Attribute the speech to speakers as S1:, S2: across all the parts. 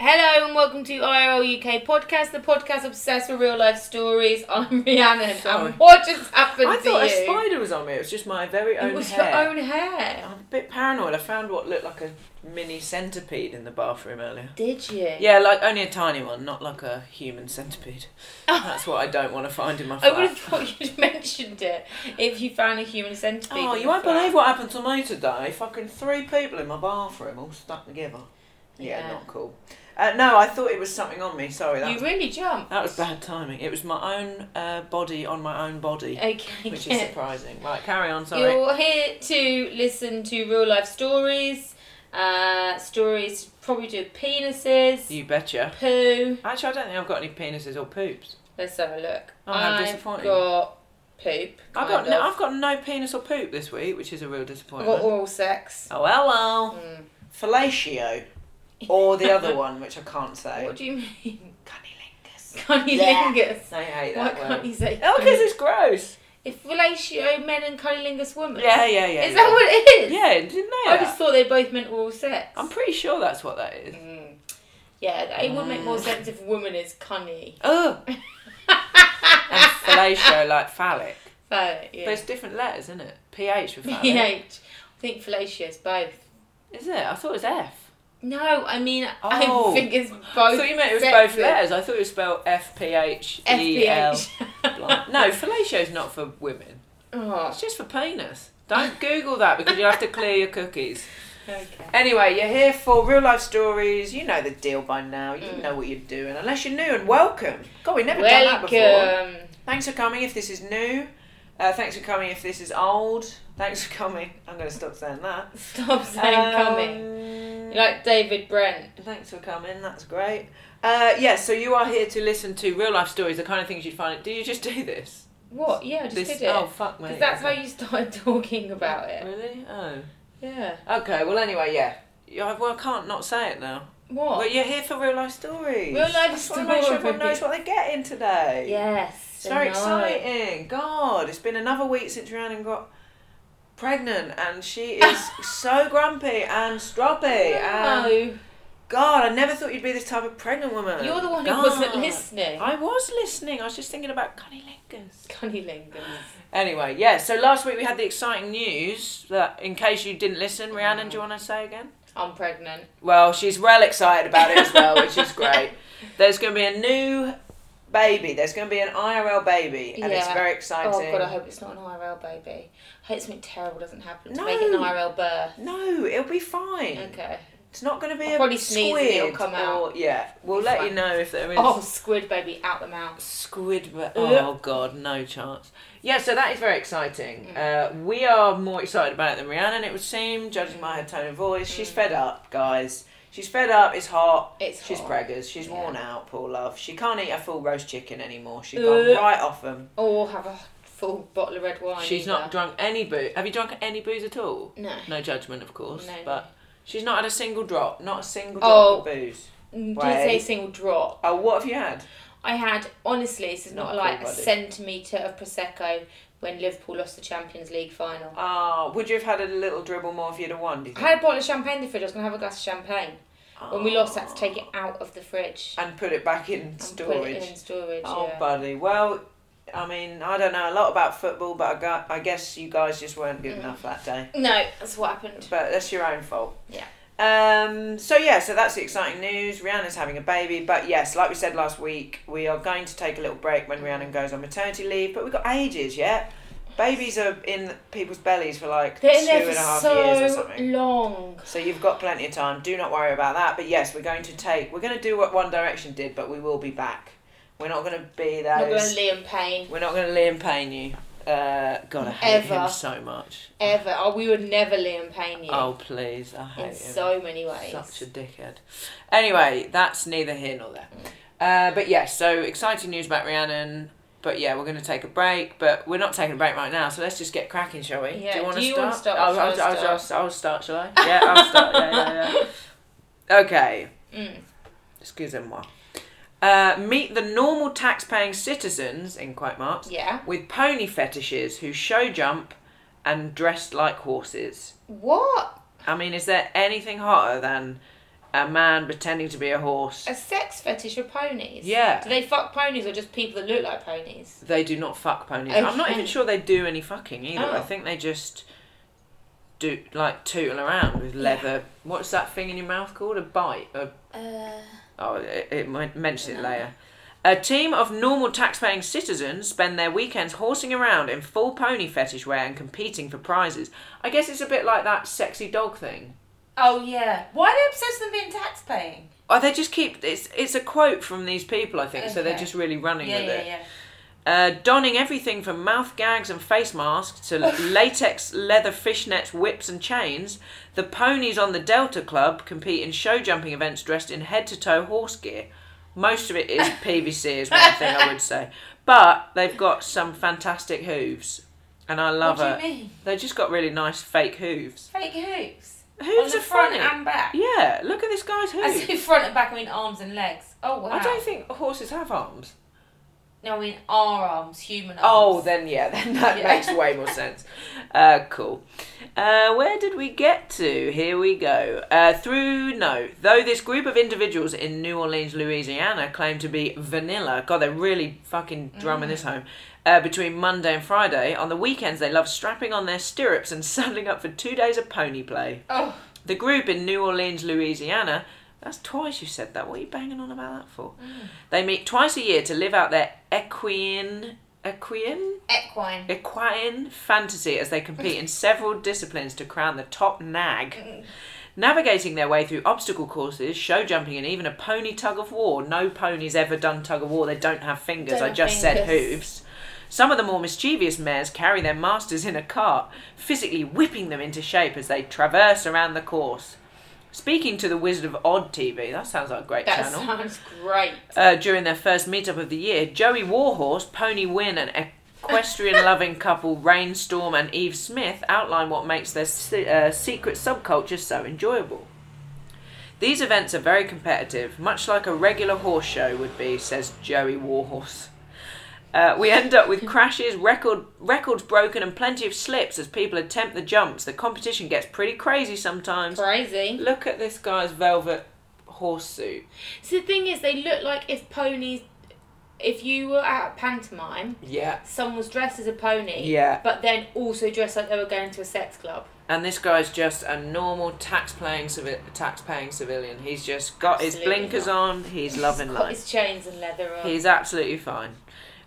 S1: Hello and welcome to IRL UK podcast, the podcast obsessed with real life stories. I'm Rhiannon.
S2: Sorry.
S1: And what just happened
S2: I
S1: to
S2: thought
S1: you?
S2: a spider was on me. It was just my very own
S1: It was
S2: hair.
S1: your own hair.
S2: I'm a bit paranoid. I found what looked like a mini centipede in the bathroom earlier.
S1: Did you?
S2: Yeah, like only a tiny one, not like a human centipede. That's what I don't want to find in my
S1: I
S2: flat.
S1: would have thought you'd mentioned it if you found a human centipede.
S2: Oh,
S1: in
S2: you
S1: the
S2: won't
S1: flat.
S2: believe what happened to me today. Fucking three people in my bathroom all stuck together. Yeah,
S1: Yeah.
S2: not cool. Uh, no, I thought it was something on me. Sorry, that,
S1: You
S2: was,
S1: really jumped.
S2: that was bad timing. It was my own uh, body on my own body,
S1: Okay.
S2: which
S1: yeah.
S2: is surprising. Right, carry on. Sorry.
S1: You're here to listen to real life stories, uh, stories probably to do with penises,
S2: You betcha.
S1: poo.
S2: Actually, I don't think I've got any penises or poops.
S1: Let's have a look.
S2: Oh, how
S1: I've
S2: disappointing.
S1: got poop.
S2: I've
S1: kind
S2: got no,
S1: of.
S2: I've got no penis or poop this week, which is a real
S1: I've
S2: disappointment.
S1: got Mm. oral sex.
S2: Oh hello, fellatio, or the other one, which I can't say.
S1: What do you mean?
S2: Cunnilingus.
S1: Cunnilingus.
S2: They hate
S1: Why
S2: that word.
S1: can't you say?
S2: Oh, because it's gross.
S1: If fellatio men and cunnilingus women.
S2: Yeah, yeah, yeah.
S1: Is
S2: yeah.
S1: that what it is?
S2: Yeah, didn't know
S1: I
S2: that.
S1: just Mm. thought they both meant oral sex.
S2: I'm pretty sure that's what that is.
S1: yeah, it would make
S2: Mm.
S1: more sense if woman is cunny.
S2: Ugh. and fellatio, like phallic.
S1: But, yeah.
S2: But it's different letters, isn't it? PH with phallic.
S1: PH. I think fellatio is both.
S2: Is it? I thought it was F.
S1: No, I mean,
S2: Oh.
S1: I think it's both.
S2: I thought you meant it was both
S1: sexes.
S2: letters. I thought it was spelled F P H E L.
S1: FPH.
S2: Blimey. No, fellatio's not for women.
S1: oh,
S2: It's just for penis. Don't Google that because you have to clear your cookies.
S1: okay.
S2: Anyway, you're here for real life stories. You know the deal by now. You
S1: Mm.
S2: know what you're doing, unless you're new. And welcome. God, we've never done that before.
S1: Welcome.
S2: Thanks for coming. If this is new, uh, thanks for coming. If this is old, thanks for coming. I'm going to stop saying that.
S1: Stop saying coming.
S2: Um,
S1: You're like David Brent.
S2: Thanks for coming. That's great. Uh, yeah, so you are here to listen to real life stories, the kind of things you'd find. Do you just do this?
S1: What? Yeah, I just
S2: This-
S1: did it.
S2: oh, fuck, mate.
S1: Because that's how you started talking about it.
S2: Really? Oh.
S1: Yeah.
S2: Okay. Well, anyway, yeah. yeah. I- Well, I can't not say it now.
S1: What?
S2: Well, you're here for real life stories.
S1: Real life
S2: That's why I Make sure everyone
S1: stories.
S2: knows what they're getting today.
S1: Yes.
S2: It's very
S1: I know.
S2: exciting. God, it's been another week since Rhiannon got pregnant, and she is so grumpy and stroppy. And
S1: No.
S2: God, I never thought you'd be this type of pregnant woman.
S1: You're the one who
S2: God.
S1: wasn't listening.
S2: I was listening. I was just thinking about cunnilingus.
S1: Cunnilingus.
S2: Anyway, yeah. So last week we had the exciting news that, in case you didn't listen, Rhiannon, do you want to say again?
S1: I'm pregnant.
S2: Well, she's well excited about it as well, which is great. There's going to be a new baby. There's going to be an IRL baby, and it's
S1: Yeah.
S2: very exciting.
S1: Oh god, I hope it's not an IRL baby. I hope something terrible doesn't happen to
S2: No.
S1: make an IRL birth.
S2: No, it'll be fine.
S1: Okay.
S2: It's not going to be
S1: I'll
S2: a
S1: probably
S2: squid.
S1: sneeze and it'll come
S2: or-
S1: out.
S2: Yeah, we'll
S1: Be
S2: let
S1: fine.
S2: you know if there is
S1: Oh, squid baby out the mouth.
S2: squid. But oh god, no chance. Yeah, so that is very exciting.
S1: Mm.
S2: Uh, we are more excited about it than Rhiannon. It would seem, judging by her tone of voice, she's fed up, guys. She's fed up. It's hot.
S1: Mm. It's
S2: she's
S1: hot.
S2: preggers. She's worn out. Poor love. She can't eat a full roast chicken anymore. She's
S1: Ugh.
S2: gone right off them.
S1: Or have a full bottle of red wine.
S2: She's not
S1: either.
S2: drunk any booze. Have you drunk any booze at all?
S1: No.
S2: No judgment, of course.
S1: No.
S2: But she's not had a single drop. Not a single drop
S1: Oh.
S2: of booze.
S1: Didn't say
S2: Wait.
S1: single drop.
S2: Oh, what have you had?
S1: I had honestly, this is not,
S2: Not
S1: like
S2: full
S1: a
S2: body.
S1: centimetre of prosecco when Liverpool lost the Champions League final.
S2: Ah, would you have had a little dribble more if you'd have won? Do you
S1: I
S2: think?
S1: had a bottle of champagne in the fridge. I was gonna have a glass of champagne. When we lost, I had to take it out of the fridge
S2: And put it back Oh. in
S1: and
S2: storage.
S1: put it in storage.
S2: oh,
S1: yeah.
S2: buddy. Well, I mean, I don't know a lot about football, but I, got, I guess you guys just weren't
S1: Mm.
S2: good enough that day.
S1: No, that's what happened.
S2: But that's your own fault.
S1: Yeah.
S2: Um, so yeah, so that's the exciting news. Rihanna's having a baby, but yes, like we said last week, we are going to take a little break when Rihanna goes on maternity leave. But we've got ages yet. Babies are in people's bellies for like two
S1: They're
S2: and
S1: in
S2: a half
S1: there for
S2: years or
S1: so
S2: something.
S1: long.
S2: So you've got plenty of time. Do not worry about that. But yes, we're going to take. We're going to do what One Direction did, but we will be back. We're not going to be
S1: I'm not gonna
S2: those.
S1: Liam Payne.
S2: We're not going to Liam Payne you. Uh, God, I hate
S1: Ever.
S2: him so much.
S1: Ever. Oh, we would never Liam Payne you.
S2: Oh please, I hate
S1: in
S2: him.
S1: so many ways.
S2: Such a dickhead. Anyway, that's neither here nor there. Uh, but yes, so exciting news about Rhiannon. But yeah, we're going to take a break, but we're not taking a break right now, so let's just get cracking, shall we?
S1: Yeah,
S2: wanna
S1: do you wanna start or
S2: I'll,
S1: shall I
S2: I'll, I'll,
S1: start?
S2: just- I'll start, shall I? Yeah, I'll start. Yeah, yeah, yeah. Okay.
S1: Mm.
S2: Excusez-moi. Uh, meet the normal tax-paying citizens, in quote marks,
S1: Yeah.
S2: with pony fetishes who show jump and dressed like horses.
S1: What?
S2: I mean, is there anything hotter than a man pretending to be a horse?
S1: A sex fetish of ponies?
S2: Yeah.
S1: Do they fuck ponies or just people that look like ponies?
S2: They do not fuck ponies. I'm not
S1: Okay.
S2: even sure they do any fucking either. I
S1: Oh.
S2: think they just do like tootle around with leather. What's that thing in your mouth called? A bite? A
S1: Uh,
S2: Oh, it, it men- mentions it later. A team of normal tax-paying citizens spend their weekends horsing around in full pony fetish wear and competing for prizes. I guess it's a bit like that sexy dog thing.
S3: Oh yeah. Why are they obsessed with them being tax paying?
S2: Oh, they just keep it's it's a quote from these people, I think. So they're
S3: Okay.
S2: just really running
S3: Yeah,
S2: with
S3: yeah,
S2: it.
S3: yeah.
S2: Uh, donning everything from mouth gags and face masks to latex leather fishnets, whips, and chains, the ponies on the Delta Club compete in show jumping events dressed in head to toe horse gear. Most of it is PVC, is one thing I would say. But they've got some fantastic hooves. And I love
S3: What
S2: it.
S3: do you mean?
S2: They've just got really nice fake hooves.
S3: Fake hooves.
S2: Hooves
S3: On
S2: are
S3: the front
S2: funny.
S3: and back.
S2: Yeah, look at this guy's
S3: I
S2: hooves.
S3: see front and back. I mean arms and legs. Oh wow.
S2: I don't think horses have arms.
S3: No, I mean our arms, human arms.
S2: Oh, then yeah, then that
S3: Yeah.
S2: makes way more sense. Uh, cool. Uh, where did we get to? Here we go. Uh, through no, though this group of individuals in New Orleans, Louisiana, claim to be vanilla. God, they're really fucking drumming this home. Uh, between Monday and Friday, on the weekends they love strapping on their stirrups and saddling up for two days of pony play.
S3: Oh.
S2: The group in New Orleans, Louisiana. That's twice you said that. What are you banging on about that for? They meet twice a year to live out their equine, equine,
S3: Equine.
S2: equine fantasy as they compete in several disciplines to crown the top nag. Navigating their way through obstacle courses, show jumping, and even a pony tug of war. No pony's ever done tug of war. They don't have fingers.
S1: Don't
S2: I
S1: have
S2: just said
S1: fingers.
S2: hooves. Some of the more mischievous mares carry their masters in a cart, physically whipping them into shape as they traverse around the course. Speaking to the Wizard of Odd TV, that sounds like a great
S1: that
S2: channel.
S1: sounds great.
S2: Uh, during their first meetup of the year, Joey Warhorse, Pony Wynn, and equestrian loving couple Rainstorm and Eve Smith outline what makes their se- uh, secret subculture so enjoyable. These events are very competitive, much like a regular horse show would be, says Joey Warhorse. Uh, we end up with crashes, record records broken, and plenty of slips as people attempt the jumps. The competition gets pretty crazy sometimes.
S1: Crazy.
S2: Look at this guy's velvet horse suit.
S1: So the thing is, they look like if ponies. If you were at a pantomime,
S2: Yeah.
S1: someone was dressed as a pony.
S2: Yeah.
S1: But then also dressed like they were going to a sex club.
S2: And this guy's just a normal tax-paying civi- tax-paying civilian. He's just got his
S1: Absolutely
S2: blinkers
S1: not.
S2: on. He's loving
S1: Got
S2: life.
S1: his chains and leather on.
S2: He's absolutely fine.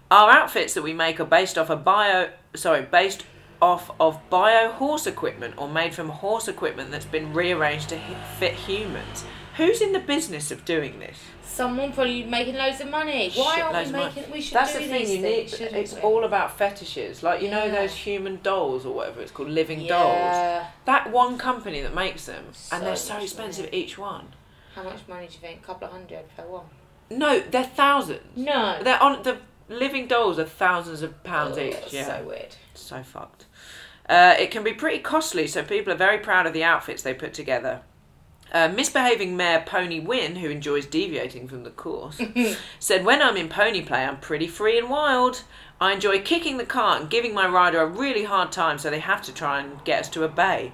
S2: Our outfits that we make are based off a bio, sorry, based off of bio horse equipment or made from horse equipment that's been rearranged to hi- fit humans. Who's in the business of doing this?
S1: Someone probably making loads of money. Why aren't
S2: Shitloads
S1: we
S2: of
S1: making?
S2: money.
S1: We should
S2: That's
S1: do
S2: the thing.
S1: these
S2: you
S1: things,
S2: need.
S1: shouldn't
S2: It's
S1: we?
S2: all about fetishes. Like you know
S1: Yeah.
S2: those human dolls or whatever it's called, living dolls.
S1: Yeah.
S2: That one company that makes them,
S1: So
S2: and they're so
S1: much
S2: expensive
S1: money.
S2: each one.
S1: How much money do you think? A couple of hundred per one.
S2: No, they're thousands.
S1: No.
S2: They're on the living dolls are thousands of pounds each.
S1: That's
S2: Yeah.
S1: Oh, So weird.
S2: So fucked. Uh, it can be pretty costly, so people are very proud of the outfits they put together. Uh, misbehaving mare Pony Wynn, who enjoys deviating from the course, said, When I'm in pony play, I'm pretty free and wild. I enjoy kicking the cart and giving my rider a really hard time, so they have to try and get us to obey.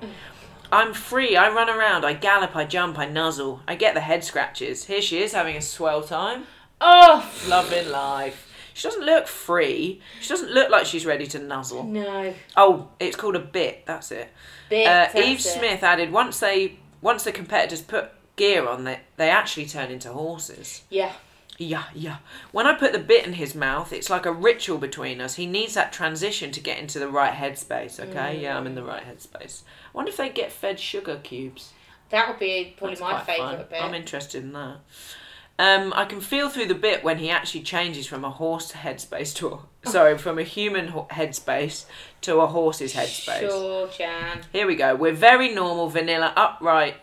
S2: I'm free, I run around, I gallop, I jump, I nuzzle, I get the head scratches. Here she is having a swell time
S1: Oh
S2: loving life. She doesn't look free. She doesn't look like she's ready to nuzzle.
S1: no.
S2: Oh, it's called a bit. That's it.
S1: Bit,
S2: uh,
S1: that's
S2: Eve
S1: it.
S2: Smith added once they once the competitors put gear on, they they actually turn into horses.
S1: Yeah.
S2: Yeah, yeah. When I put the bit in his mouth, it's like a ritual between us. He needs that transition to get into the right headspace. Okay, yeah, I'm in the right headspace. I wonder if they get fed sugar cubes.
S1: That would be probably
S2: That's
S1: my
S2: quite fun.
S1: favourite bit.
S2: I'm interested in that. Um, I can feel through the bit when he actually changes from a horse headspace to a, sorry, from a human ho- headspace to a horse's headspace.
S1: Sure, Jan.
S2: Here we go. We're very normal, vanilla, upright,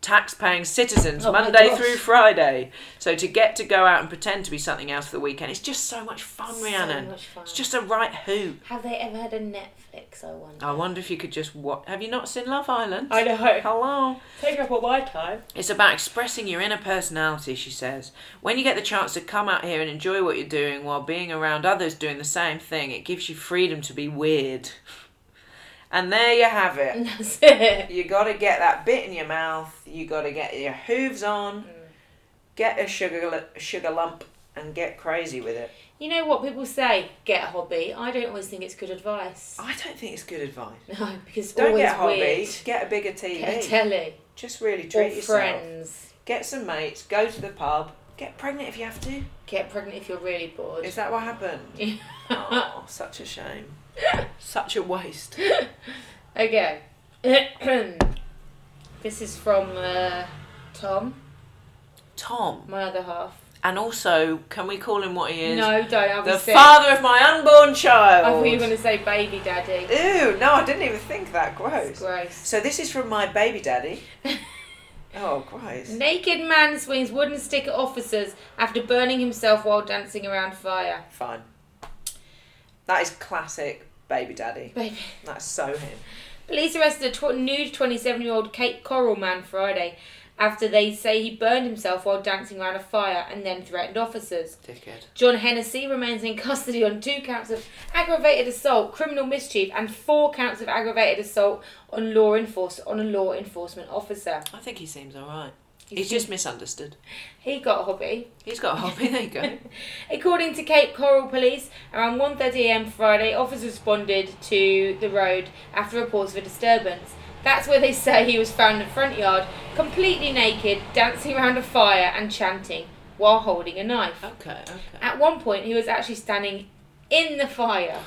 S2: tax-paying citizens,
S1: Oh my
S2: Monday
S1: gosh.
S2: through Friday. So to get to go out and pretend to be something else for the weekend, it's just so much fun, Rhiannon.
S1: much fun.
S2: It's just a right hoot.
S1: Have they ever had a Netflix? I wonder.
S2: I wonder if you could just watch. Have you not seen Love Island?
S1: I know.
S2: Hello.
S1: Take up all my time.
S2: It's about expressing your inner personality, she says. When you get the chance to come out here and enjoy what you're doing while being around others doing the same thing, it gives you freedom to be weird. And there you have it.
S1: That's it.
S2: You gotta get that bit in your mouth, you gotta get your hooves on,
S1: Mm.
S2: get a sugar, sugar lump, and get crazy with it.
S1: You know what people say? Get a hobby. I don't always think it's good advice.
S2: I don't think it's good advice.
S1: No, because it's
S2: Don't
S1: always
S2: get a hobby,
S1: weird.
S2: get a bigger TV.
S1: Get a telly
S2: Just really treat
S1: or
S2: yourself.
S1: friends.
S2: Get some mates, go to the pub, get pregnant if you have to.
S1: Get pregnant if you're really bored.
S2: Is that what happened? Oh, such a shame. such a waste.
S1: Okay. this is from uh, Tom,
S2: Tom.
S1: my other half.
S2: And also, can we call him what he is?
S1: No, don't. I
S2: The
S1: was sick.
S2: father of my unborn child.
S1: I thought you were going to say baby daddy.
S2: Ew, no, I didn't even think that. Gross.
S1: It's gross.
S2: So this is from my baby daddy. oh, gross.
S1: Naked man swings wooden stick at officers after burning himself while dancing around fire.
S2: Fine. That is classic baby daddy.
S1: Baby.
S2: That's so him.
S1: Police arrested a tw- nude 27 year old Cape Coral man Friday after they say he burned himself while dancing around a fire and then threatened officers.
S2: Dickhead.
S1: John Hennessy remains in custody on two counts of aggravated assault, criminal mischief, and four counts of aggravated assault on law enforce on a law enforcement officer.
S2: I think he seems alright.
S1: You
S2: He's
S1: think-
S2: just misunderstood.
S1: He got a hobby.
S2: He's got a hobby, there you go.
S1: According to Cape Coral Police, around 1.30am Friday, officers responded to the road after reports of a disturbance. That's where they say he was found in the front yard, completely naked, dancing around a fire and chanting while holding a knife.
S2: okay, okay.
S1: At one point, he was actually standing in the fire.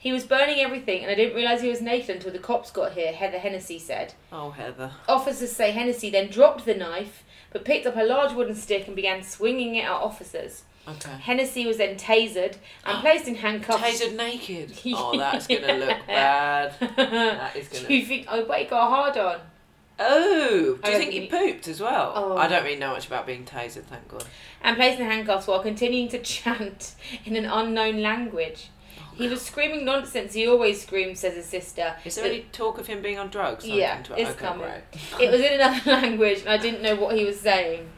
S1: He was burning everything, and I didn't realise he was naked until the cops got here, Heather Hennessy said.
S2: Oh, Heather.
S1: Officers say Hennessy then dropped the knife, but picked up a large wooden stick and began swinging it at officers.
S2: Okay.
S1: Hennessy was then tasered and placed in handcuffs.
S2: Ah, Tasered naked. Oh, that's gonna look bad. That is
S1: Do
S2: gonna.
S1: you think? Oh, but he got a hard on.
S2: Oh, do
S1: I
S2: you
S1: don't
S2: think he
S1: think
S2: pooped as well?
S1: Oh.
S2: I don't really know much about being tasered, thank God.
S1: And placed in handcuffs while continuing to chant in an unknown language.
S2: Oh,
S1: He was screaming nonsense. He always screams, says his sister.
S2: Is there any talk of him being on drugs? Something
S1: Yeah,
S2: to-
S1: it's
S2: okay,
S1: coming.
S2: great.
S1: It was in another language, and I didn't know what he was saying.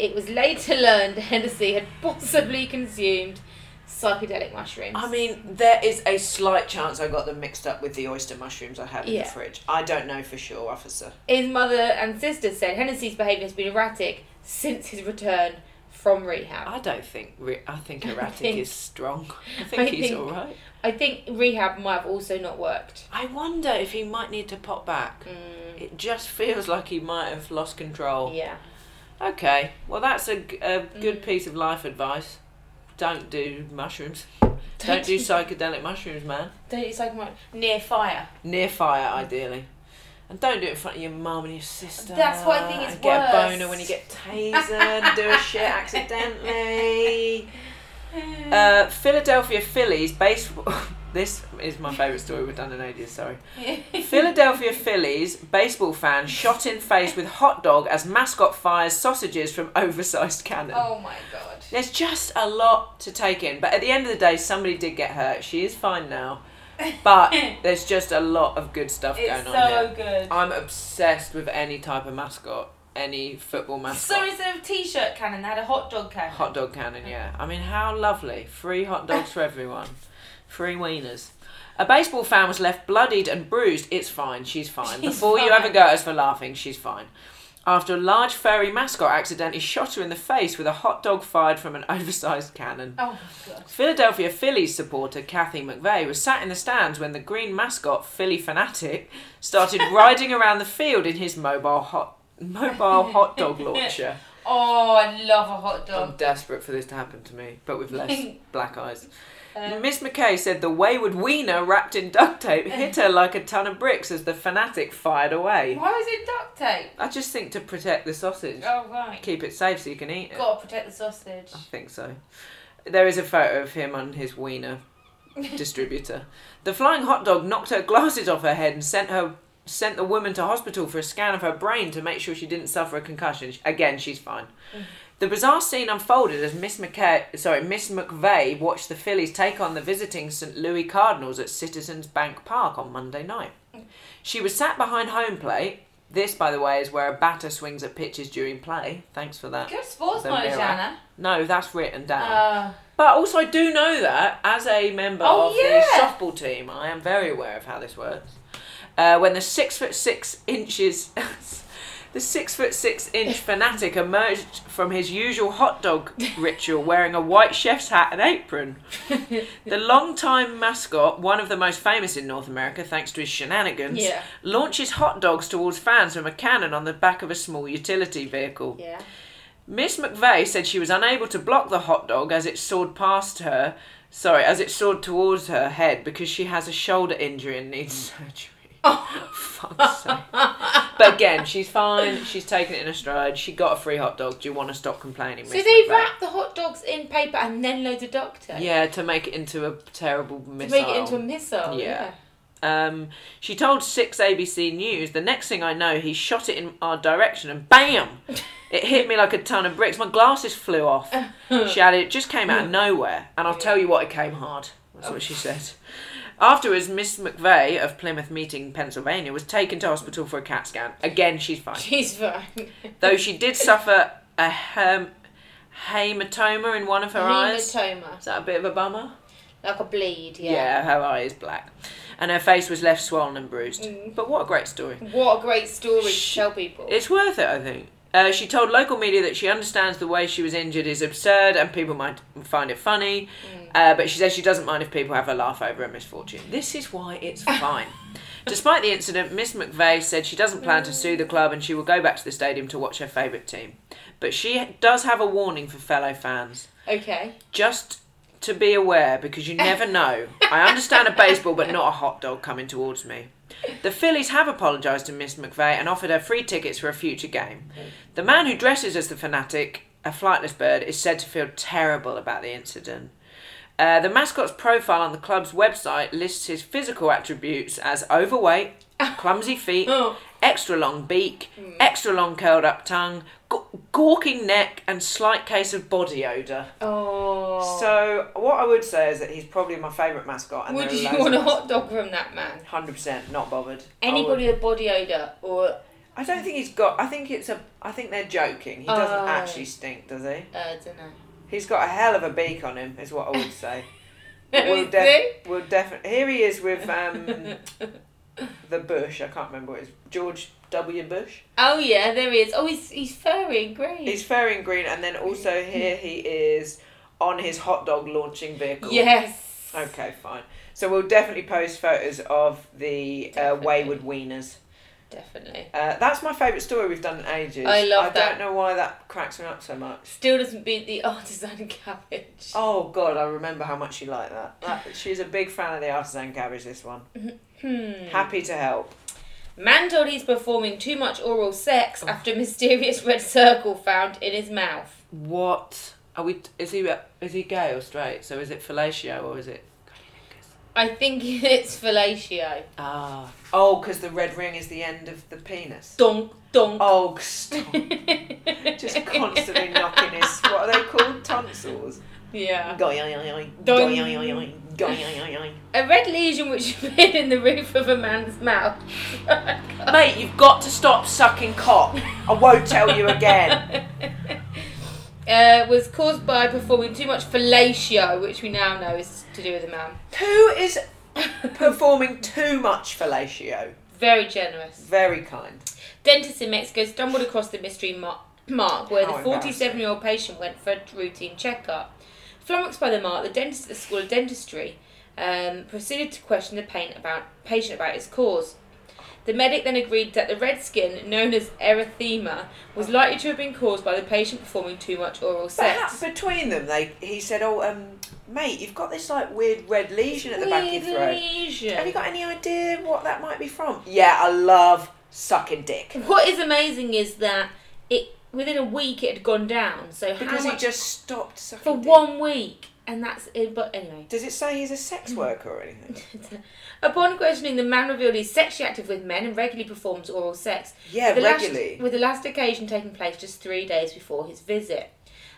S1: It was later learned Hennessy had possibly consumed psychedelic mushrooms.
S2: I mean, there is a slight chance I got them mixed up with the oyster mushrooms I had in
S1: Yeah.
S2: the fridge. I don't know for sure, officer.
S1: His mother and sister said Hennessy's behaviour has been erratic since his return from rehab.
S2: I don't think. Re- I think erratic
S1: think-
S2: is strong. I think
S1: I
S2: he's
S1: think-
S2: all right.
S1: I think rehab might have also not worked.
S2: I wonder if he might need to pop back. It just feels like he might have lost control.
S1: Yeah.
S2: Okay, well, that's a, g- a good piece of life advice. Don't do mushrooms. Don't do psychedelic mushrooms, man.
S1: Don't you like my
S3: Near fire.
S2: Near fire, ideally. And don't do it in front of your mum and your sister.
S3: That's what I think is
S2: and Get a boner
S3: worse.
S2: when you get tasered, do a shit accidentally. Uh, Philadelphia Phillies base. this is my favourite story we've done in ages, sorry. Philadelphia Phillies baseball fan shot in face with hot dog as mascot fires sausages from oversized cannon.
S3: Oh my god.
S2: There's just a lot to take in, but at the end of the day, somebody did get hurt. She is fine now, but there's just a lot of good stuff
S3: It's
S2: going
S3: so
S2: on here.
S3: good.
S2: I'm obsessed with any type of mascot, any football mascot.
S3: So instead of t-shirt cannon, they had a hot dog cannon.
S2: Hot dog cannon, yeah. I mean, how lovely. Free hot dogs for everyone. Free wieners. A baseball fan was left bloodied and bruised. It's fine, she's fine. Before you
S3: fine.
S2: ever go at us for laughing, she's fine. After a large furry mascot accidentally shot her in the face with a hot dog fired from an oversized cannon.
S3: Oh my god.
S2: Philadelphia Phillies supporter Kathy McVeigh was sat in the stands when the green mascot Philly Fanatic started riding around the field in his mobile hot mobile hot dog launcher.
S3: Oh, I love a hot dog.
S2: I'm desperate for this to happen to me, but with less black eyes. Miss McKay said the wayward wiener wrapped in duct tape hit her like a ton of bricks as the fanatic fired away.
S3: Why was it duct tape?
S2: I just think to protect the sausage.
S3: Oh, right.
S2: Keep it safe so you can eat it.
S3: Gotta protect the sausage.
S2: I think so. There is a photo of him on his wiener distributor. The flying hot dog knocked her glasses off her head and sent her sent the woman to hospital for a scan of her brain to make sure she didn't suffer a concussion. Sh- Again, she's fine.
S3: Mm.
S2: The bizarre scene unfolded as Miss McKay, sorry, Miss McVeigh watched the Phillies take on the visiting St. Louis Cardinals at Citizens Bank Park on Monday night.
S3: Mm.
S2: She was sat behind home plate. This, by the way, is where a batter swings at pitches during play. Thanks for that.
S3: Good sports
S2: The
S3: knowledge,
S2: mirror.
S3: Anna.
S2: No, that's written down.
S3: Uh,
S2: But also, I do know that as a member
S3: Oh,
S2: of
S3: yeah.
S2: the softball team, I am very aware of how this works. Uh, when the six foot six inches, the six foot six inch fanatic emerged from his usual hot dog ritual, wearing a white chef's hat and apron. The longtime mascot, one of the most famous in North America, thanks to his shenanigans,
S1: Yeah.
S2: launches hot dogs towards fans from a cannon on the back of a small utility vehicle.
S1: Yeah.
S2: Miss McVeigh said she was unable to block the hot dog as it soared past her. Sorry, as it soared towards her head because she has a shoulder injury and needs
S1: Mm.
S2: surgery. Oh, fuck's sake. But again, she's fine. She's taken it in her stride. She got a free hot dog. Do you want to stop complaining,
S1: So
S2: Miss
S1: they
S2: McVeigh?
S1: wrap the hot dogs in paper and then load the doctor.
S2: Yeah, to make it into a terrible
S1: To
S2: missile.
S1: make it into a missile.
S2: Yeah.
S1: Yeah.
S2: Um, she told 6 ABC News, the next thing I know, he shot it in our direction and BAM! It hit me like a ton of bricks. My glasses flew off. She added, it just came out of nowhere. And I'll tell you what, it came hard. That's what she said. Afterwards, Miss McVeigh of Plymouth Meeting, Pennsylvania, was taken to hospital for a CAT scan. Again, she's fine.
S1: She's fine.
S2: Though she did suffer a hem- hematoma in one of her eyes.
S1: Hematoma.
S2: Is that a bit of a bummer?
S1: Like a bleed, yeah.
S2: Yeah. her eye is black. And her face was left swollen and bruised. But what a great story.
S1: What a great story to
S2: Sh-
S1: tell people.
S2: It's worth it, I think. Uh, she told local media that she understands the way she was injured is absurd and people might find it funny, uh, but she says she doesn't mind if people have a laugh over a misfortune. This is why it's fine. Despite the incident, Miss McVeigh said she doesn't plan to sue the club and she will go back to the stadium to watch her favourite team. But she does have a warning for fellow fans
S1: okay.
S2: just to be aware because you never know. I understand a baseball, but not a hot dog coming towards me. The Phillies have apologised to Miss McVeigh and offered her free tickets for a future game. The man who dresses as the fanatic, a flightless bird, is said to feel terrible about the incident. Uh, the mascot's profile on the club's website lists his physical attributes as overweight, clumsy feet, extra long beak, extra long curled up tongue, ga- gawking neck, and slight case of body odour.
S1: Oh.
S2: So what I would say is that he's probably my favourite mascot. And
S1: Would you want a hot dog from that man?
S2: Hundred percent, not bothered. I
S1: Anybody
S2: would-
S1: with body odour or uh,
S2: I, don't think he's got. I think it's a. I think they're joking. He doesn't
S1: Oh.
S2: actually stink, does he?
S1: uh, I don't know.
S2: He's got a hell of a beak on him, is what I would say. But
S1: Who
S2: we'll,
S1: is
S2: def- we'll definitely. Here he is with um, the Bush. I can't remember what it is. George W. Bush.
S1: Oh yeah, there he is. Oh, he's he's furry and grey.
S2: He's fair and green, and then also here he is on his hot dog launching vehicle.
S1: yes.
S2: Okay, fine. So we'll definitely post photos of the uh,
S1: Definitely.
S2: wayward wieners.
S1: Definitely.
S2: Uh, that's my favourite story we've done in ages.
S1: I love
S2: I
S1: that.
S2: don't know why that cracks me up so much.
S1: Still doesn't beat the artisan cabbage.
S2: Oh God, I remember how much you like that. that she's a big fan of the artisan cabbage. This one,
S1: Hmm.
S2: happy to help.
S1: Man told he's performing too much oral sex
S2: Oh.
S1: after mysterious red circle found in his mouth.
S2: What are we? Is he is he gay or straight? So is it fellatio or is it?
S1: I think it's fellatio.
S2: Ah, oh, because the red ring is the end of the penis.
S1: Donk, donk.
S2: Oh, stop. just constantly knocking his. What are they called? Tonsils.
S1: Yeah.
S2: Mate,
S1: A red lesion which appeared in the roof of a man's mouth.
S2: you've got to stop sucking cock. I won't tell you again.
S1: Uh, was caused by performing too much fellatio, which we now know is to do with a man.
S2: Who is performing too much fellatio?
S1: Very generous.
S2: Very kind.
S1: Dentist in Mexico stumbled across the mystery mar- mark where
S2: How
S1: the 47 year old patient went for a routine checkup. Flummoxed by the mark, the dentist at the School of Dentistry um, proceeded to question the pain about, patient about its cause. The medic then agreed that the red skin, known as erythema, was likely to have been caused by the patient performing too much oral
S2: But
S1: sex.
S2: ha- between them, they he said, "Oh, um, mate, you've got this like weird red lesion at the back of your
S1: Weird
S2: throat.
S1: lesion.
S2: Have you got any idea what that might be from?" Yeah, I love sucking dick
S1: What is amazing is that it within a week it had gone down. So
S2: because
S1: how
S2: he
S1: much,
S2: just stopped sucking
S1: for
S2: dick.
S1: one week, and that's it. But anyway,
S2: Does it say he's a sex worker or anything?
S1: upon questioning, the man revealed he's sexually active with men and regularly performs oral sex.
S2: Yeah,
S1: with the last-
S2: regularly.
S1: with the last occasion taking place just three days before his visit.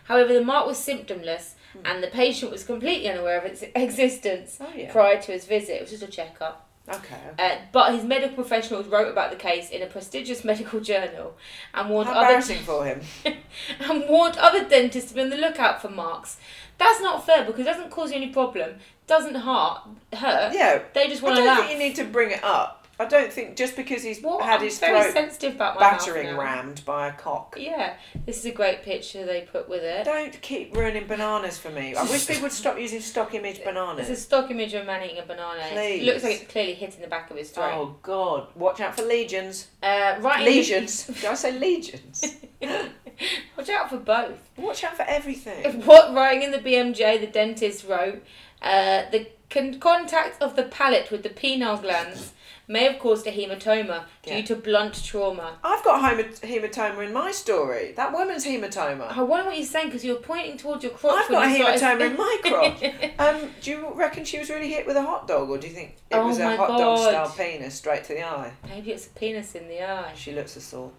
S1: However, the mark was symptomless, and the patient was completely unaware of its existence
S2: Hmm. Oh, yeah.
S1: prior to his visit. It was just a checkup.
S2: Okay.
S1: Uh, but his medical professionals wrote about the case in a prestigious medical journal and warned
S2: How
S1: other
S2: embarrassing for him.
S1: and warned other dentists to be on the lookout for marks. That's not fair because it doesn't cause you any problem, doesn't hurt. hurt.
S2: Yeah.
S1: They just
S2: I
S1: want to
S2: don't
S1: laugh.
S2: think you need to bring it up. I don't think just because he's
S1: What?
S2: had
S1: I'm
S2: his
S1: very
S2: throat
S1: sensitive about my mouth
S2: battering
S1: now.
S2: rammed by a cock.
S1: Yeah, this is a great picture they put with it.
S2: Don't keep ruining bananas for me. I wish people would stop using stock image
S1: It's
S2: bananas.
S1: a stock image of a man eating a banana. It
S2: Please.
S1: looks like it's clearly hitting the back of his throat.
S2: Oh God! Watch out for legions.
S1: Uh, right in the-
S2: Legions. Did I say legions?
S1: Watch out for both.
S2: Watch out for everything.
S1: What writing in the BMJ, the dentist wrote, uh, the con- contact of the palate with the penile glands may have caused a hematoma
S2: Yeah.
S1: due to blunt trauma.
S2: I've got hemat- hematoma in my story. That woman's hematoma.
S1: I wonder what you're saying because you were pointing towards your crotch.
S2: I've
S1: Oh, when
S2: got a
S1: you started-
S2: hematoma in my crop. Um, do you reckon she was really hit with a hot dog, or do you think it
S1: Oh
S2: was
S1: my
S2: a hot dog style
S1: God.
S2: penis straight to the eye?
S1: Maybe it's a penis in the eye.
S2: She looks a salt.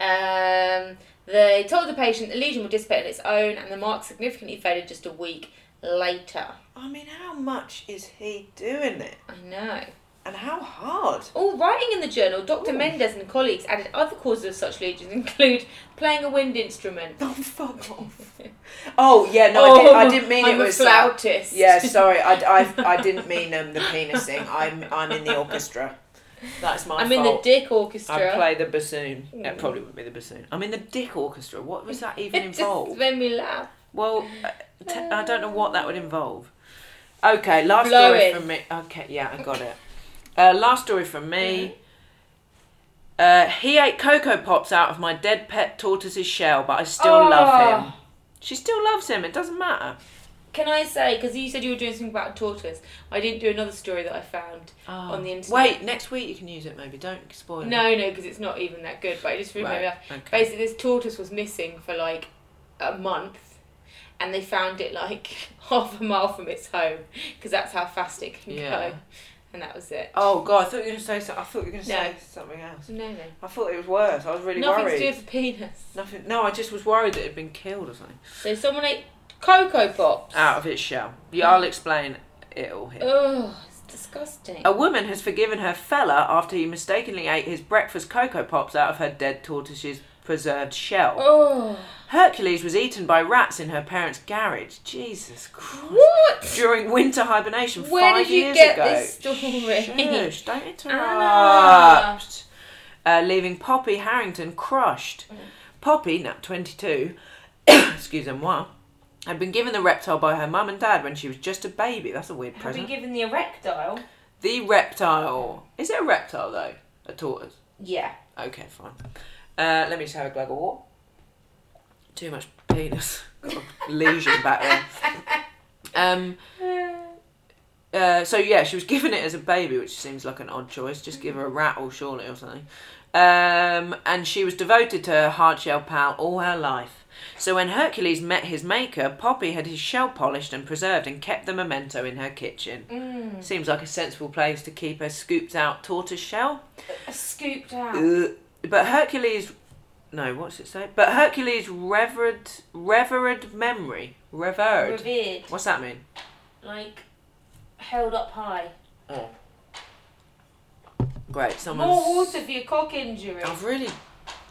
S1: Um, they told the patient the lesion would dissipate on its own, and the mark significantly faded just a week later.
S2: I mean, how much is he doing it,
S1: I know.
S2: and how hard?
S1: All writing in the journal, Dr. Mendes and colleagues added other causes of such lesions include playing a wind instrument.
S2: Oh fuck off! Oh yeah, no, I, did, I didn't mean
S1: I'm
S2: it
S1: a
S2: was that.
S1: flautist.
S2: Yeah, sorry, I, I, I didn't mean um, the penis thing. I'm I'm in the orchestra. That's my
S1: I'm in
S2: fault.
S1: the dick orchestra.
S2: I play the bassoon. It probably wouldn't be the bassoon. I'm in the dick orchestra. What was that even
S1: it just
S2: involved?
S1: made me laugh.
S2: Well, uh, t- I don't know what that would involve. Okay, last
S1: Blowing.
S2: story from me. Okay, yeah, I got it. Uh, last story from me. Uh, he ate cocoa pops out of my dead pet tortoise's shell, but I still
S1: Ah.
S2: love him. She still loves him. It doesn't matter.
S1: Can I say, because you said you were doing something about a tortoise, I didn't do another story that I found on the internet.
S2: Oh, Wait, next week you can use it. Maybe don't spoil it.
S1: No, no, because it's not even that good. But I just remember
S2: Right, okay.
S1: basically this tortoise was missing for like a month, and they found it like half a mile from its home because that's how fast it can
S2: Yeah.
S1: go, and that was it.
S2: Oh god, I thought you were gonna say. So- I thought you were gonna
S1: No.
S2: say something else.
S1: No, no,
S2: I thought it was worse. I was really
S1: nothing to
S2: worried.
S1: do with the penis.
S2: Nothing. No, I just was worried that it had been killed or something.
S1: So someone ate cocoa pops.
S2: Out of its shell. Yeah,
S1: Mm.
S2: I'll explain it all here.
S1: Ugh, it's disgusting.
S2: A woman has forgiven her fella after he mistakenly ate his breakfast cocoa pops out of her dead tortoise's preserved shell.
S1: Oh,
S2: Hercules was eaten by rats in her parents' garage. Jesus Christ.
S1: what?
S2: During winter hibernation
S1: Where
S2: five
S1: did you
S2: years
S1: get
S2: ago.
S1: this story?
S2: Shush, don't interrupt.
S1: Anna.
S2: Uh, leaving Poppy Harrington crushed.
S1: Oh.
S2: Poppy, now 22, excusez-moi, had been given the reptile by her mum and dad when she was just a baby. That's a weird
S3: Have been
S2: present.
S3: given the erectile?
S2: The reptile. Is it a reptile though? A tortoise.
S3: Yeah.
S2: Okay, fine. Uh, let me just have a glug of water. Too much penis. Got a lesion back there. Um, uh, so yeah, she was given it as a baby, which seems like an odd choice. Just give her a rat or surely or something. Um, and she was devoted to her hard shell pal all her life. So when Hercules met his maker, Poppy had his shell polished and preserved and kept the memento in her kitchen. Seems like a sensible place to keep her scooped out tortoise shell.
S3: Scooped out.
S2: Uh, but Hercules, no, what's it say? But Hercules revered, revered memory, revered.
S3: Revered.
S2: What's that mean?
S3: Like, held up high.
S2: Oh, great! Someone's.
S3: More water for your cock injury.
S2: I've really.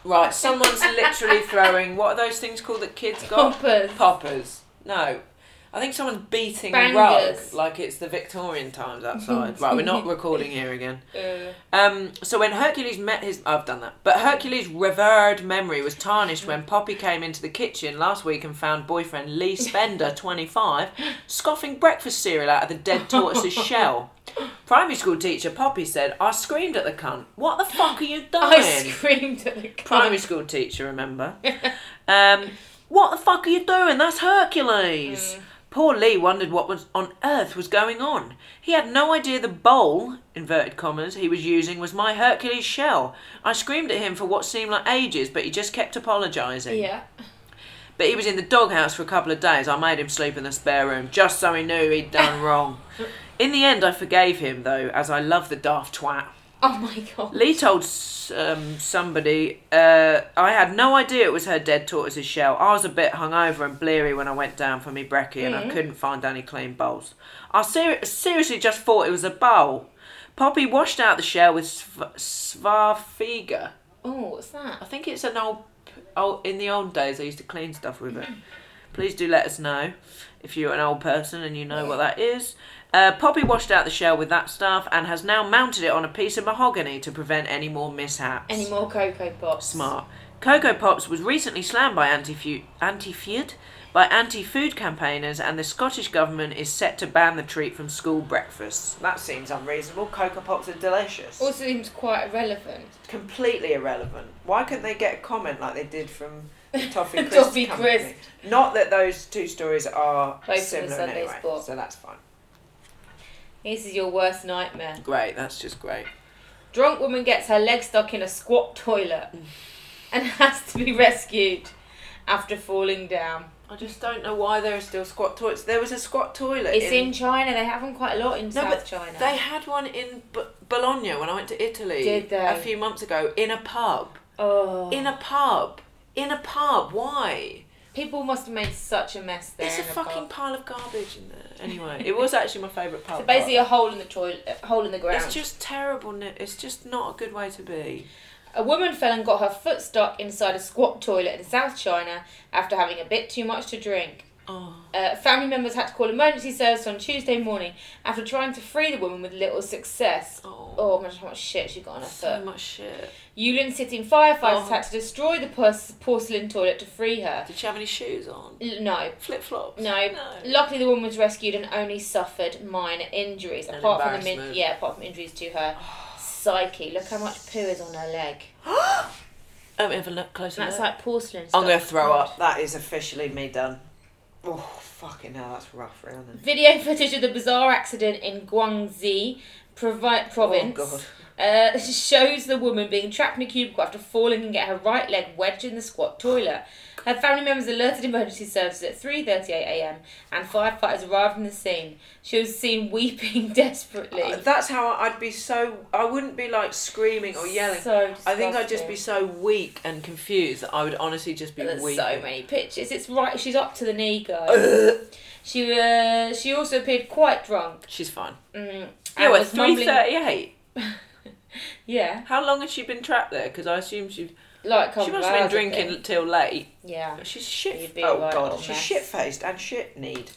S2: Right, someone's literally throwing. What are those things called that kids got?
S1: Poppers.
S2: Poppers. No. I think someone's beating the
S1: Bangers.
S2: rug like it's the Victorian times outside. right, we're not recording here again.
S1: Uh,
S2: Um, so when Hercules met his, I've done that. But Hercules' revered memory was tarnished when Poppy came into the kitchen last week and found boyfriend Lee Spender, 25, scoffing breakfast cereal out of the dead tortoise's shell. Primary school teacher Poppy said, I screamed at the cunt. What the fuck are you doing?
S1: I screamed at the cunt.
S2: Primary school teacher, remember? um, what the fuck are you doing? That's
S1: Mm.
S2: Hercules. Poor Lee wondered what was on earth was going on. He had no idea the bowl, inverted commas, he was using was my Hercules shell. I screamed at him for what seemed like ages, but he just kept apologising.
S1: Yeah.
S2: But he was in the doghouse for a couple of days. I made him sleep in the spare room just so he knew he'd done wrong. In the end, I forgave him, though, as I love the daft twat.
S1: Oh my god.
S2: Lee told s- um, somebody, uh, I had no idea it was her dead tortoise's shell. I was a bit hungover and bleary when I went down for me brekkie and I couldn't find any clean bowls. I ser- seriously just thought it was a bowl. Poppy washed out the shell with sv- svarfiga.
S1: Oh, what's that?
S2: I think it's an old, old. In the old days, I used to clean stuff with
S1: Mm.
S2: it. Please do let us know if you're an old person and you know what that is. Uh, Poppy washed out the shell with that stuff and has now mounted it on a piece of mahogany to prevent any more mishaps.
S1: Any more cocoa pops?
S2: Smart. Cocoa Pops was recently slammed by anti-fu- anti-feud by anti-food campaigners, and the Scottish government is set to ban the treat from school breakfasts. That seems unreasonable. Cocoa Pops are delicious.
S1: Also seems quite irrelevant.
S2: completely irrelevant. Why couldn't they get a comment like they did from Toffee Crisp?
S1: Toffee
S2: Company?
S1: Crisp.
S2: Not that those two stories are
S1: Both of us
S2: similar
S1: said
S2: in
S1: they
S2: any way,
S1: sport.
S2: so that's fine.
S1: This is your worst nightmare.
S2: Great, that's just great.
S1: Drunk woman gets her leg stuck in a squat toilet
S2: Mm.
S1: and has to be rescued after falling down.
S2: I just don't know why there are still squat toilets. There was a squat toilet.
S1: It's in China. They have them quite a lot in
S2: no,
S1: South
S2: but
S1: China.
S2: they had one in B- Bologna when I went to Italy.
S1: Did they?
S2: a few months ago in a pub?
S1: oh,
S2: In a pub. In a pub. Why?
S1: people must have made such a mess there.
S2: It's a
S1: in the
S2: fucking
S1: pub.
S2: pile of garbage in there. Anyway, it was actually my favourite pub.
S1: So basically, a hole in the toilet, a hole in the ground.
S2: It's just terrible. no- It's just not a good way to be.
S1: A woman fell and got her foot stuck inside a squat toilet in South China after having a bit too much to drink.
S2: Oh,
S1: Uh, family members had to call emergency service on Tuesday morning after trying to free the woman with little success.
S2: Oh.
S1: oh imagine how much shit she got on her
S2: So
S1: foot.
S2: much shit.
S1: Yulin City firefighters
S2: Oh.
S1: had to destroy the pus- porcelain toilet to free her.
S2: Did she have any shoes on?
S1: L- No.
S2: Flip flops?
S1: No. Luckily, the woman was rescued and only suffered minor injuries,
S2: An
S1: apart from the min-
S2: embarrassment.
S1: yeah, apart from injuries to her psyche. Look how much poo is on her leg.
S2: Let me have a look closer.
S1: That's
S2: look.
S1: like porcelain.
S2: I'm going
S1: stuff.
S2: to throw up. That is officially me done. Oh, fucking hell, that's rough, really.
S1: Video footage of the bizarre accident in Guangxi provi- province
S2: Oh, God.
S1: uh, shows the woman being trapped in a cubicle after falling and get her right leg wedged in the squat toilet. Her family members alerted emergency services at 3:38 a.m. and firefighters arrived on the scene. She was seen weeping desperately.
S2: That's how I- I'd be so. I wouldn't be like screaming or yelling.
S1: So
S2: I think I'd just
S1: disgusting.
S2: be so weak and confused that I would honestly just be
S1: There's
S2: weak.
S1: so many pictures. It's right. She's up to the knee, guys. she uh, she also appeared quite drunk.
S2: She's fine.
S1: and
S2: Yeah, at
S1: Mm, was mumbling-
S2: three thirty-eight.
S1: Yeah,
S2: How long has she been trapped there? Because I assume she
S1: like
S2: she
S1: couple
S2: must
S1: of
S2: have been
S1: hours, I think.
S2: drinking till late.
S1: Yeah.
S2: She's
S1: You'd
S2: shit.
S1: be
S2: Oh
S1: alright,
S2: god,
S1: little
S2: she's
S1: mess.
S2: shit faced and shit need.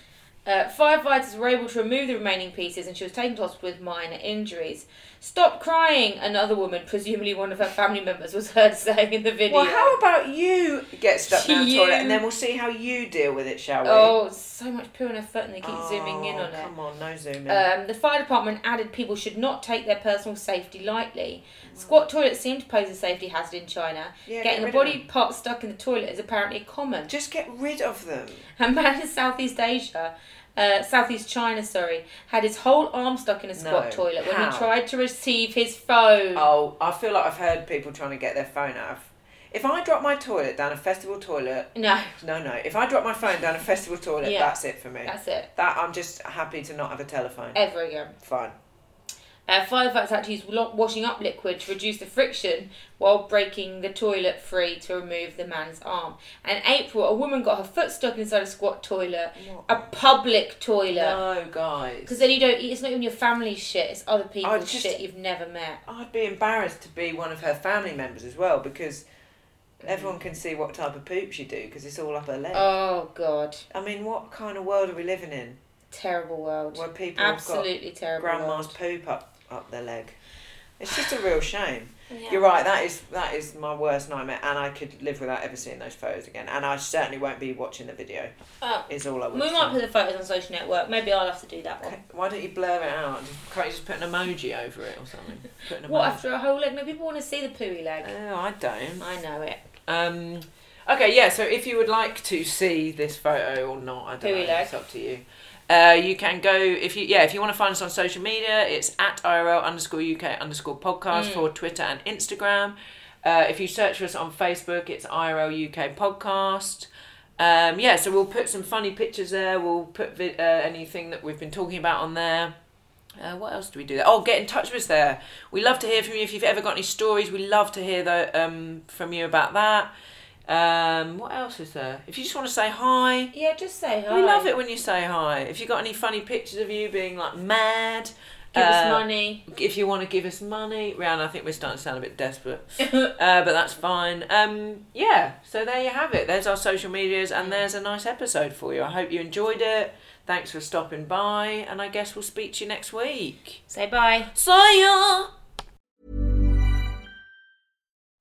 S1: Uh, firefighters were able to remove the remaining pieces and she was taken to hospital with minor injuries. Stop crying, another woman, presumably one of her family members, was heard saying in the video.
S2: Well, how about you get stuck down the
S1: You-
S2: toilet and then we'll see how you deal with it, shall we?
S1: Oh, so much poo on her foot and they keep zooming in
S2: Oh,
S1: on it.
S2: Come on, Uh, no zooming.
S1: Um, the fire department added people should not take their personal safety lightly. Squat toilets seem to pose a safety hazard in China.
S2: Yeah, get
S1: Getting a
S2: rid of
S1: body
S2: them.
S1: part stuck in the toilet is apparently common.
S2: Just get rid of them.
S1: A man in Southeast Asia, uh, Southeast China, sorry, had his whole arm stuck in a squat
S2: No.
S1: toilet when
S2: How?
S1: he tried to receive his phone.
S2: Oh, I feel like I've heard people trying to get their phone out. of- If I drop my toilet down a festival toilet,
S1: No,
S2: no, no. If I drop my phone down a festival toilet,
S1: Yeah.
S2: that's it Eh, for me.
S1: that's it.
S2: That I'm just happy to not have a telephone.
S1: Ever again.
S2: Fine.
S1: Uh, firefighters had to use lo- washing up liquid to reduce the friction while breaking the toilet free to remove the man's arm. And in April, a woman got her foot stuck inside a squat toilet, a public toilet.
S2: No, guys.
S1: Because then you don't, e-, it's not even your family's shit, it's other people's
S2: just-
S1: shit you've never met.
S2: I'd be embarrassed to be one of her family members as well because everyone can see what type of poop she do because it's all up her leg.
S1: Oh, God.
S2: I mean, what kind of world are we living in
S1: Terrible world.
S2: where people have got
S1: Absolutely terrible.
S2: grandma's
S1: world.
S2: poop up up their leg? It's just a real shame.
S1: Yeah.
S2: You're right. That is that is my worst nightmare, and I could live without ever seeing those photos again. And I certainly won't be watching the video.
S1: Oh.
S2: Is all I
S1: We
S2: would.
S1: might
S2: say.
S1: put the photos on social network. Maybe I'll have to do that one.
S2: Why don't you blur it out? Can't you just put an emoji over it or something? Put an
S1: What
S2: emoji.
S1: after a whole leg? No, people want to see the pooey leg.
S2: Oh, I don't.
S1: I know it.
S2: Um, okay, yeah. So if you would like to see this photo or not, I don't
S1: Who we
S2: know.
S1: like.
S2: It's up to you. Uh, you can go if you yeah if you want to find us on social media. It's at IRL underscore UK underscore podcast
S1: Mm.
S2: for Twitter and Instagram. Uh, if you search for us on Facebook, it's IRL UK podcast. Um, yeah, so we'll put some funny pictures there. We'll put vi- uh, anything that we've been talking about on there. Uh, what else do we do there? Oh, get in touch with us there. We love to hear from you. If you've ever got any stories, we love to hear the, um, from you about that. Um, what else is there? If you just want to say hi,
S1: Yeah, just say hi.
S2: we love it when you say hi. If you've got any funny pictures of you being like mad,
S1: Give us
S2: uh,
S1: money.
S2: If you want to give us money, Rihanna, I think we're starting to sound a bit desperate, uh, but that's fine. Um, yeah, so there you have it. There's our social medias, and there's a nice episode for you. I hope you enjoyed it. Thanks for stopping by, and I guess we'll speak to you next week.
S1: Say bye.
S2: See ya!